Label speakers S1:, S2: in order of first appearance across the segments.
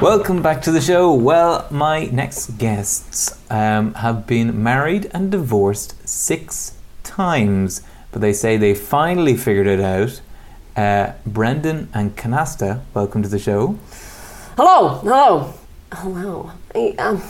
S1: Welcome back to the show. Well, my next guests um, have been married and divorced six times, but they say they finally figured it out. Uh, Brendan and Canasta, welcome to the show.
S2: Hello, hello, hello. I, um,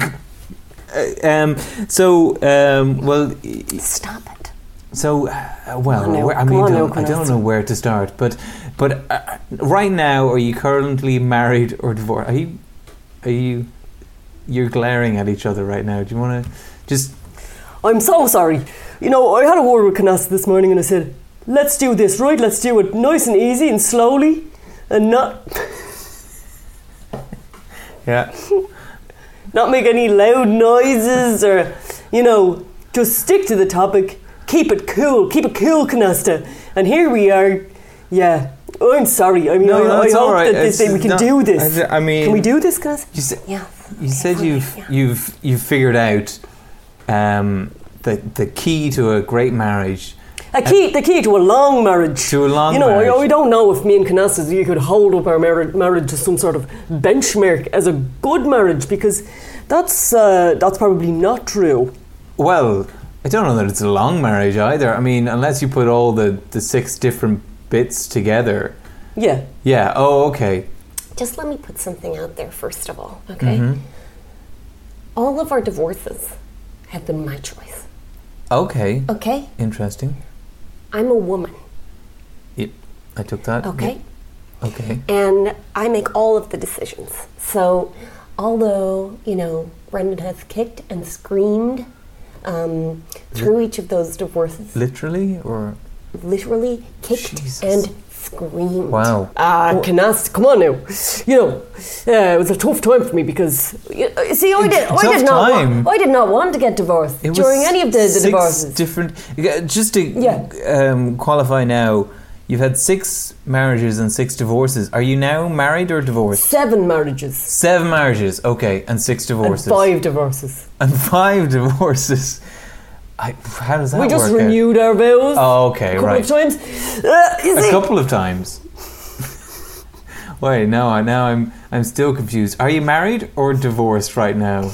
S1: Uh, Um, so, um, well, y- y-
S2: stop it.
S1: so, uh, well,
S2: Come on now,
S1: where- I
S2: come
S1: mean,
S2: on now,
S1: don't- I don't
S2: Canasta.
S1: know where to start, but, but uh, right now, are you currently married or divorced? Are you, are you, you're glaring at each other right now. Do you want to just
S2: I'm so sorry. You know, I had a word with Canasta this morning and I said, let's do this, right? Let's do it nice and easy and slowly and not
S1: Yeah.
S2: not make any loud noises or, you know, just stick to the topic. Keep it cool. Keep it cool, Canasta. And here we are. Yeah. I'm sorry. I mean, I, I hope that this, that we can do this.
S1: I mean,
S2: can we do this, Canasta?
S1: You, sa-
S2: Yeah.
S1: you said
S2: fine,
S1: you've
S2: yeah.
S1: you've you've figured out um, the the key to a great marriage
S2: A key, the key to a long marriage.
S1: to a long
S2: you know,
S1: marriage.
S2: I, I don't know if me and Canastas you could hold up our marri- marriage to some sort of benchmark as a good marriage because that's uh, that's probably not true.
S1: well, I don't know that it's a long marriage either. I mean, unless you put all the the six different bits together.
S2: Yeah,
S1: Yeah. Oh, okay.
S3: Just let me put something out there first of all, okay?
S1: Mm-hmm.
S3: All of our divorces have been my choice,
S1: Okay.
S3: okay?
S1: Interesting.
S3: I'm a woman,
S1: Yep. I took that.
S3: okay?
S1: Okay.
S3: And I make all of the decisions. So, although, you know, Brendan has kicked and screamed um, through each of those divorces,
S1: Literally, or
S3: literally kicked
S1: Jesus.
S3: and screamed.
S1: wow.
S2: ah, Canast, come on now. You know, uh, it was a tough time for me because
S3: You- uh, See, I did, I
S1: tough
S3: did not.
S1: time.
S3: Want, I did not want to get divorced
S1: It was
S3: during any of the, the
S1: six
S3: divorces.
S1: Different. yeah, Just to
S3: Yeah.
S1: um, qualify now, you've had six marriages and six divorces. Are you now married or divorced?
S2: seven marriages
S1: Seven marriages, okay, and six divorces,
S2: and five divorces.
S1: And five divorces. I, how does that
S2: we just
S1: work out?
S2: renewed our vows
S1: Oh, okay,
S2: a couple
S1: right.
S2: of times. Uh, you
S1: A
S2: see-
S1: couple of times. Wait, no, I- now I'm I'm still confused. Are you married or divorced right now?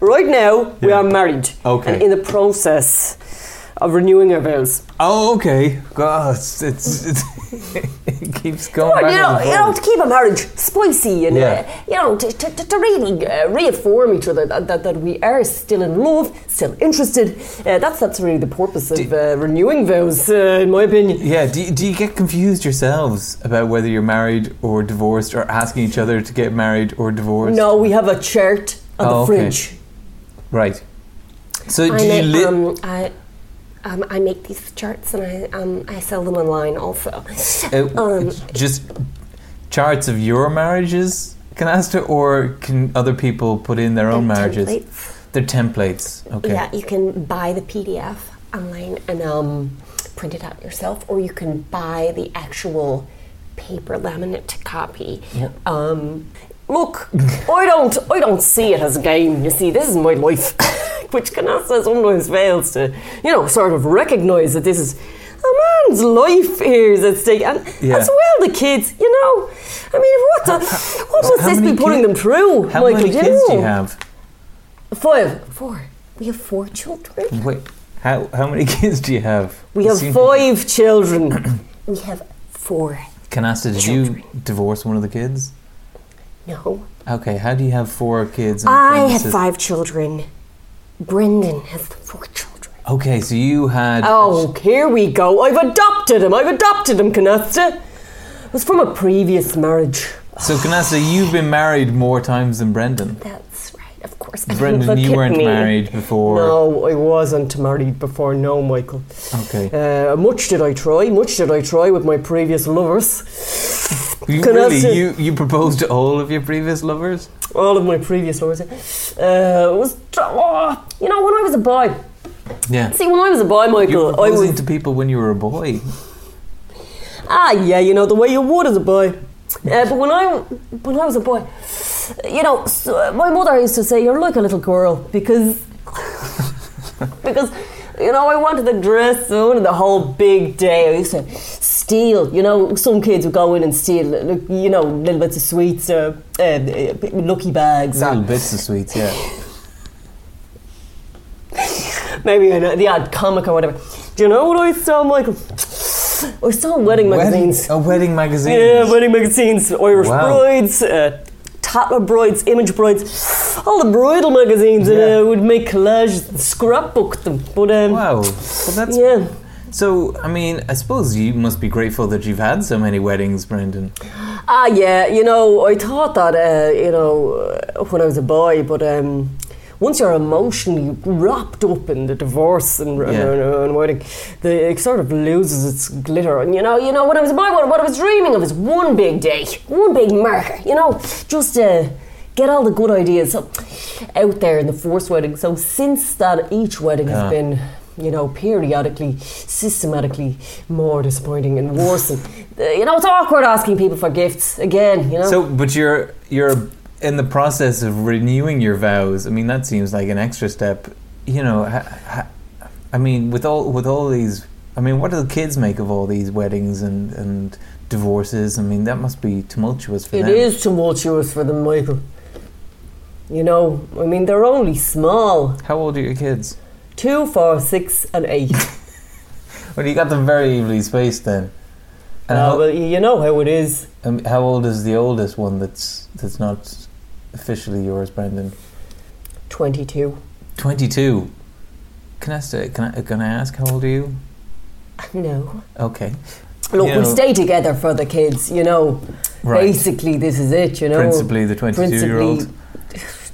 S2: right now, we
S1: Yeah.
S2: are married
S1: Okay.
S2: and in the process of renewing our vows.
S1: Oh, okay. God, it's, it's, it's it keeps going.
S3: Well,
S1: back
S3: you know,
S1: and
S3: you know,
S1: forth.
S3: to keep a marriage spicy and,
S1: Yeah.
S3: uh, you know, to, to, to really uh, reaffirm each other that, that, that we are still in love, still interested.
S2: Uh, that's that's really the purpose of uh, renewing vows, uh, in my opinion.
S1: Yeah, do, you- do you get confused yourselves about whether you're married or divorced or asking each other to get married or divorced?
S2: No, we have a chart on
S1: Oh,
S2: the
S1: okay.
S2: fridge.
S1: Right. So do
S3: I
S1: you
S3: make,
S1: li-
S3: um, I, um, I make these charts and I, um, I sell them online also.
S1: uh,
S3: um,
S1: just charts of your marriages, Canasta, or can other people put in their own
S3: They're
S1: marriages?
S3: templates.
S1: They're templates. Okay.
S3: Yeah, you can buy the PDF online and um, print it out yourself, or you can buy the actual paper laminate copy. Um,
S2: Look, I don't, I don't see it as a game. You see, this is my life, which Canasta sometimes fails to, you know, sort of recognise that this is a man's life here is at stake, and
S1: Yeah.
S2: as well the kids. You know, I mean, what, the, what must
S1: how
S2: this be
S1: many
S2: putting
S1: kid-
S2: them through?
S1: How
S2: Michael,
S1: many
S2: you
S1: kids do you
S2: know?
S1: have?
S2: Five.
S3: four. We have four children.
S1: Wait, how how many kids do you have?
S2: We
S1: You
S2: have
S1: seem-
S2: five children.
S3: We have four.
S1: Canasta, did you divorce one of the kids?
S3: No.
S1: Okay, how do you have four kids? and
S3: I
S1: Mm, this
S3: have
S1: is-
S3: five children. Brendan has four children.
S1: Okay, so you had.
S2: Oh, here we go. I've adopted him. I've adopted him, Canasta. It was from a previous marriage.
S1: So, Canasta, you've been married more times than Brendan.
S3: That's right, of course.
S1: Brendan,
S2: Look
S1: you
S2: at
S1: weren't
S2: me.
S1: married before.
S2: No, I wasn't married before, no, Michael.
S1: Okay.
S2: Uh, much did I try, much did I try with my previous lovers.
S1: you,
S2: can I
S1: really,
S2: say-
S1: you, you proposed to all of your previous lovers?
S2: All of my previous lovers. Uh, it was, oh, you know, when I was a boy.
S1: Yeah.
S2: See, when I was a boy,
S1: You were
S2: Michael, I
S1: proposing
S2: was.
S1: to people when you were a boy.
S2: Ah, yeah, you know the way you would as a boy. Uh, but when I when I was a boy, you know, so, uh, my mother used to say, "You're like a little girl," because because you know I wanted the dress, I wanted the whole big day. I used to steal. You know, some kids would go in and steal, like, you know, little bits of sweets or uh, uh, lucky bags.
S1: Little
S2: Or
S1: bits of sweets, yeah.
S2: maybe an, the odd comic or whatever. Do you know what I saw, Michael? I saw wedding magazines.
S1: Wedding, oh, wedding magazines.
S2: Yeah, wedding magazines, Irish
S1: Wow.
S2: brides, uh, toddler brides, image brides, all the bridal magazines, and
S1: Yeah.
S2: I would make collages, and scrapbook them. But um,
S1: Wow. Well, that's
S2: yeah,
S1: so. I mean, I suppose you must be grateful that you've had so many weddings, Brendan.
S2: ah, yeah, you know, I thought that uh, you know uh, when I was a boy, but um, once you're emotionally wrapped up in the divorce and, and-
S1: Yeah.
S2: and, and wedding, the, it sort of loses its glitter. And you know, you know, when I was a boy, what, what I was dreaming of is one big day,
S3: One big marker,
S2: you know, just uh, get all the good ideas up- out there in the first wedding. So since that, each wedding has
S1: Yeah.
S2: been, you know, periodically, systematically more disappointing and worse. and, uh, you know, it's awkward asking people for gifts again. You know,
S1: So, but you're you're in the process of renewing your vows. I mean, that seems like an extra step. You know, ha, ha, I mean, with all with all these, I mean, what do the kids make of all these weddings and and divorces? I mean, that must be tumultuous for
S2: it
S1: them.
S2: is tumultuous for them, Michael. You know, I mean, they're only small.
S1: How old are your kids?
S2: Two, four, six, and eight.
S1: Well, you got them very evenly spaced then. And
S2: uh,
S1: how,
S2: well, you know how it is.
S1: um, how old is the oldest one that's that's not officially yours, Brendan?
S2: 22.
S1: Twenty two. Can I, say- can I can I ask how old are you?
S3: No.
S1: Okay,
S2: Look,
S1: You
S2: we
S1: know-
S2: stay together for the kids, you know.
S1: right.
S2: Basically, this is it, you know.
S1: Principally the twenty two year old.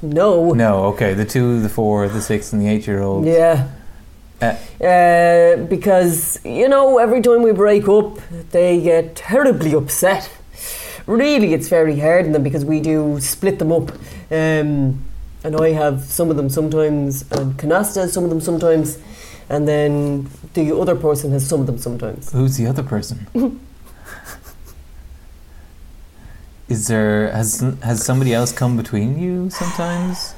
S2: No.
S1: No, okay. The two, the four, the six, and the eight-year-old.
S2: Yeah.
S1: Uh,
S2: Uh, because, you know, every time we break up, they get terribly upset. Really, it's very hard on them because we do split them up. Um, and I have some of them sometimes, and Canasta has some of them sometimes, and then the other person has some of them sometimes.
S1: Who's the other person? Is there has has somebody else come between you sometimes?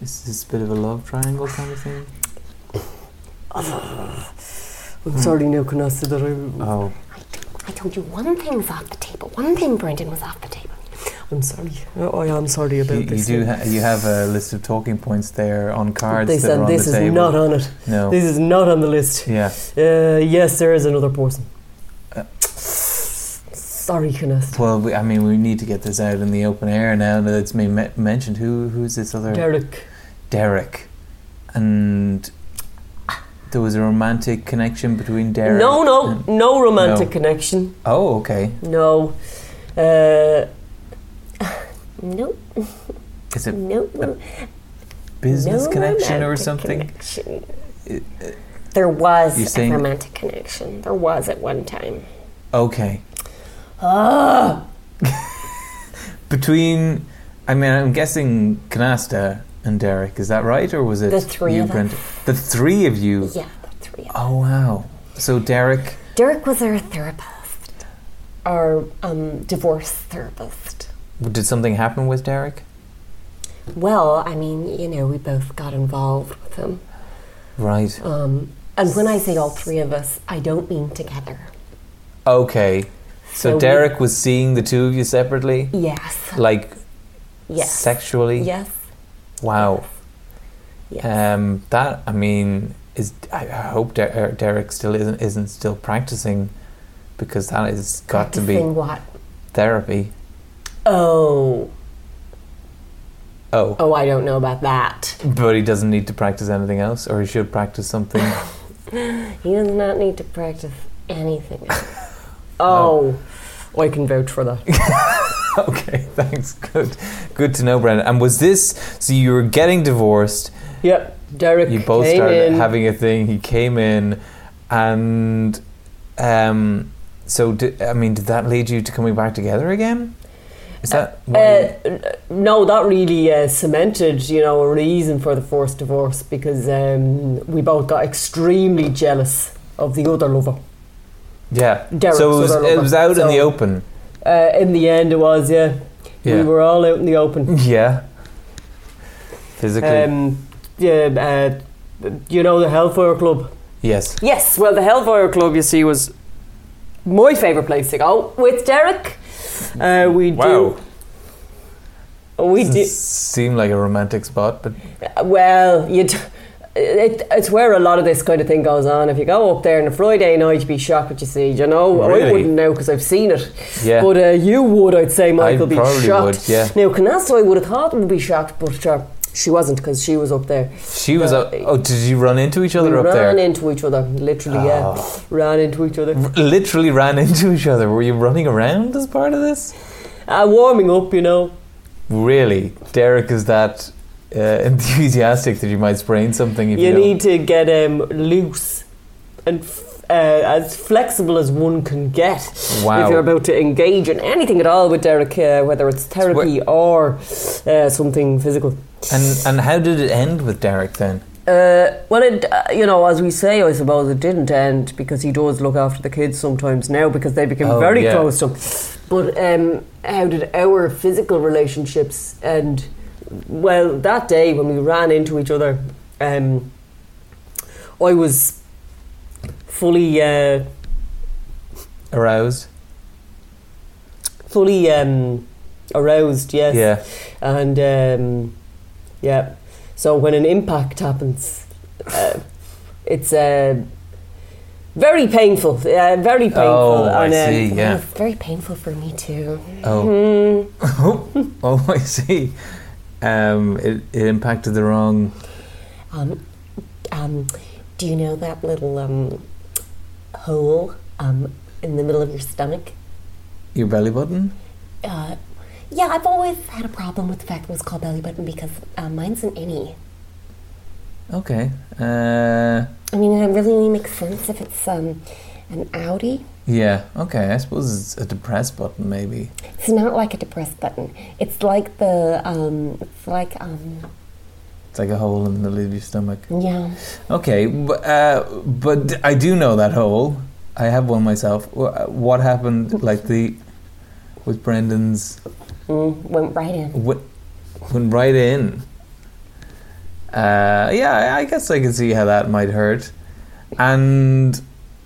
S1: Is this a bit of a love triangle kind of thing?
S3: Oh,
S1: Hmm.
S2: I'm sorry now, Canasta, that I.
S1: Oh,
S3: I told you one thing was off the table. One thing, Brendan, was off the table.
S2: I'm sorry. Oh, I am sorry about
S1: you,
S2: this.
S1: you do. Ha- you have a list of talking points there on cards
S2: they
S1: that
S2: said
S1: are on
S2: this
S1: the
S2: is
S1: table. Oh.
S2: not on it.
S1: no.
S2: This is not on the list.
S1: yeah.
S2: Uh, yes, there is another person.
S1: Uh.
S2: Sorry, Kenneth.
S1: Well, we, I mean, we need to get this out in the open air now that it's been me- mentioned. Who who's this other?
S2: Derek.
S1: Derek, and there was a romantic connection between Derek.
S2: No, no,
S1: and-
S2: no romantic
S1: No.
S2: connection.
S1: oh, okay.
S2: No. Uh,
S3: Nope,
S1: Is it
S3: nope. no
S1: business connection or
S3: romantic
S1: something?
S3: connection.
S1: It- it-
S3: There
S1: You're
S3: was a
S1: saying-
S3: romantic connection. There was at one time.
S1: Okay.
S2: ah,
S1: Between, I mean, I'm guessing Canasta and Derek. Is that right, or was it
S3: The three
S1: you,
S3: of us.
S1: Brenda? The three of you.
S3: Yeah, the three. of-
S1: Oh wow. So Derek.
S3: Derek was our therapist, our um, divorce therapist.
S1: Did something happen with Derek?
S3: Well, I mean, you know, we both got involved with him.
S1: Right.
S3: Um, and when I say all three of us, I don't mean together.
S1: Okay. So,
S3: we-
S1: Derek was seeing the two of you separately,
S3: yes.
S1: like
S3: Yes.
S1: sexually.
S3: Yes.
S1: Wow.
S3: Yes.
S1: Um, that I mean is I I hope Der- er, Derek still isn't isn't still practicing because that has got to be
S3: Practicing what?
S1: therapy.
S3: Oh,
S1: Oh,
S3: oh, I don't know about that.
S1: but he doesn't need to practice anything else, or he should practice something.
S3: He does not need to practice anything. else.
S2: oh. I can vouch for that.
S1: okay, thanks. Good, good to know, Brendan. And was this so? You were getting divorced.
S2: yep, Derek.
S1: You both
S2: came
S1: started
S2: in.
S1: having a thing. He came in, and um, so di- I mean, did that lead you to coming back together again? Is that why you-
S2: Uh, n- no, that really uh, cemented, you know, a reason for the forced divorce because um, we both got extremely jealous of the other lover.
S1: Yeah.
S2: Derek
S1: so it was,
S2: Sutherland.
S1: it was out in the
S2: So-
S1: open.
S2: Uh, in the end, it was yeah.
S1: Yeah.
S2: We were all out in the open.
S1: yeah. Physically.
S2: Um, yeah, uh, you know the Hellfire Club.
S1: yes.
S2: Yes, well, the Hellfire Club, you see, was my favourite place to go with Derek. Uh, we
S1: Wow.
S2: do. We do.
S1: Doesn't seem like a romantic spot, but
S2: Well, you. D- it, it's where a lot of this kind of thing goes on. If you go up there on a Friday night, you'd be shocked what you see. You know, I
S1: Really?
S2: wouldn't know because I've seen it.
S1: Yeah.
S2: But uh, you would, I'd say, Michael, be
S1: probably
S2: shocked.
S1: would, yeah.
S2: Now, Canasta, I would have thought would be shocked, but uh, she wasn't because she was up there.
S1: she was
S2: No,
S1: up. Oh, did you run into each
S2: We
S1: other up
S2: ran
S1: there? Ah.
S2: into each other, literally. Yeah, ran into each other.
S1: R- Literally ran into each other. Were you running around as part of this?
S2: Uh, warming up, you know.
S1: Really, Derek is that uh, enthusiastic that you might sprain something if you,
S2: You
S1: don't-
S2: need to get um, loose and f- uh, as flexible as one can get.
S1: Wow.
S2: If you're about to engage in anything at all with Derek, uh, whether it's therapy or uh, something physical.
S1: And and how did it end with Derek then?
S2: Uh, well, it, uh, you know, as we say, I suppose it didn't end because he does look after the kids sometimes now because they became
S1: Oh,
S2: very
S1: yeah.
S2: close to him. But um, how did our physical relationships end? Well, that day when we ran into each other, um, I was fully, uh,
S1: Aroused?
S2: fully um, aroused. Yes.
S1: Yeah.
S2: And um, yeah, so when an impact happens, uh, it's uh, very painful. Uh, very painful.
S1: Oh, I
S2: and, um,
S1: see.
S3: Oh,
S1: Yeah.
S3: very painful for me too.
S1: Oh.
S2: mm,
S1: oh, I see. Um, it, it impacted the wrong.
S3: Um, um, do you know that little um, hole um, in the middle of your stomach?
S1: Your belly button?
S3: Uh, yeah, I've always had a problem with the fact that it's called belly button because uh, mine's an innie.
S1: Okay. Uh,
S3: I mean, it really only makes sense if it's um, an outie.
S1: yeah. Okay. I suppose it's a depress button, maybe.
S3: It's not like a depressed button. It's like the, um, it's like, um,
S1: It's like a hole in the middle of your stomach.
S3: yeah.
S1: Okay. b- Uh, but I do know that hole. I have one myself. Wh- uh, What happened, like the. with Brendan's.
S3: Mm, went right in.
S1: Went, went right in. Uh, yeah, I- I guess I can see how that might hurt. And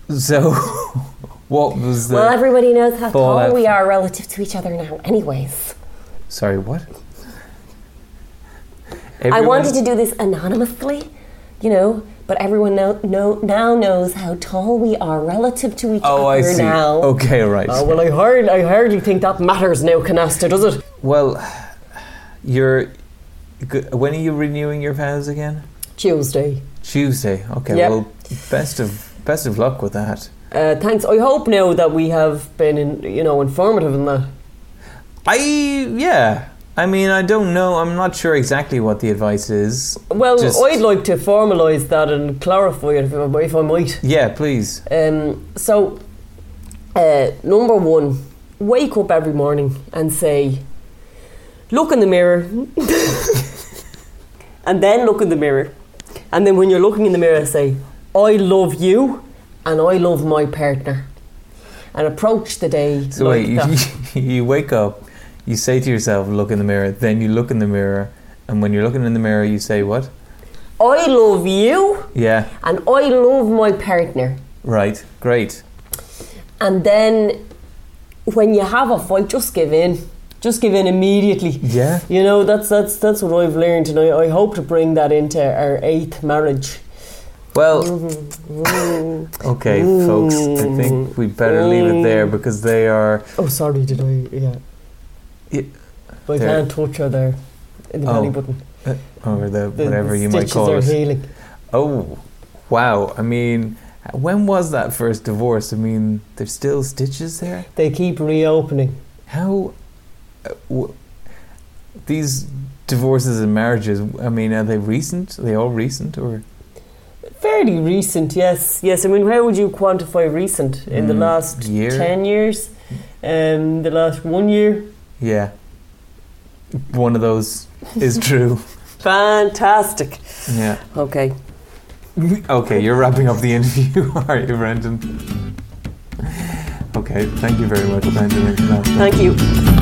S1: so, what was the?
S3: Well, everybody knows how
S1: Fall
S3: tall
S1: out
S3: we
S1: from-
S3: are relative to each other now, anyways.
S1: Sorry, what?
S3: I wanted to do this anonymously, you know, but everyone know, know, now knows how tall we are relative to each
S1: Oh, I
S3: other
S1: see.
S3: now.
S1: Okay, right.
S2: oh, well, I, hard, I hardly think that matters now, Canasta, does it?
S1: well, you're. good- When are you renewing your vows again?
S2: Tuesday.
S1: Tuesday. Okay.
S2: Yep.
S1: Well, best of best of luck with that.
S2: Uh, thanks. I hope now that we have been, in, you know, informative in that.
S1: I yeah. I mean, I don't know. I'm not sure exactly what the advice is.
S2: Well,
S1: Just-
S2: I'd like to formalise that and clarify it if I, if I might.
S1: Yeah, please.
S2: Um, so, uh, number one, wake up every morning and say, look in the mirror, and then look in the mirror. And then when you're looking in the mirror, say, I love you and I love my partner. And approach the day
S1: So
S2: like
S1: wait,
S2: uh,
S1: you,
S2: that.
S1: you wake up, you say to yourself, "Look in the mirror." Then you look in the mirror, and when you're looking in the mirror, you say, "What?"
S2: I love you
S1: Yeah.
S2: and I love my partner.
S1: Right. Great.
S2: And then when you have a fight, just give in. Just give in immediately.
S1: Yeah.
S2: You know, that's that's that's what I've learned, and I, I hope to bring that into our eighth marriage.
S1: Well, Mm-hmm.
S2: Mm.
S1: okay, folks, I think we better leave it there because they are.
S2: oh, sorry, did I? Yeah.
S1: Yeah,
S2: I
S1: there.
S2: can't touch her there in the
S1: Oh,
S2: belly button.
S1: Or the,
S2: The,
S1: whatever
S2: the
S1: you might
S2: stitches
S1: call
S2: are
S1: it.
S2: healing.
S1: Oh, wow. I mean, when was that first divorce? I mean, there's still stitches there?
S2: They keep reopening.
S1: How. Uh, w- these divorces and marriages, I mean, are they recent? Are they all recent? Or.
S2: Fairly recent, yes, yes. I mean, how would you quantify recent in the
S1: Mm,
S2: last
S1: year?
S2: ten years? Um, the last one year.
S1: Yeah. One of those is true.
S2: Fantastic.
S1: yeah.
S2: Okay.
S1: Okay, you're wrapping up the interview, are you, Brendan? Okay, thank you very much, Brendan. and Canasta.
S2: Thank you.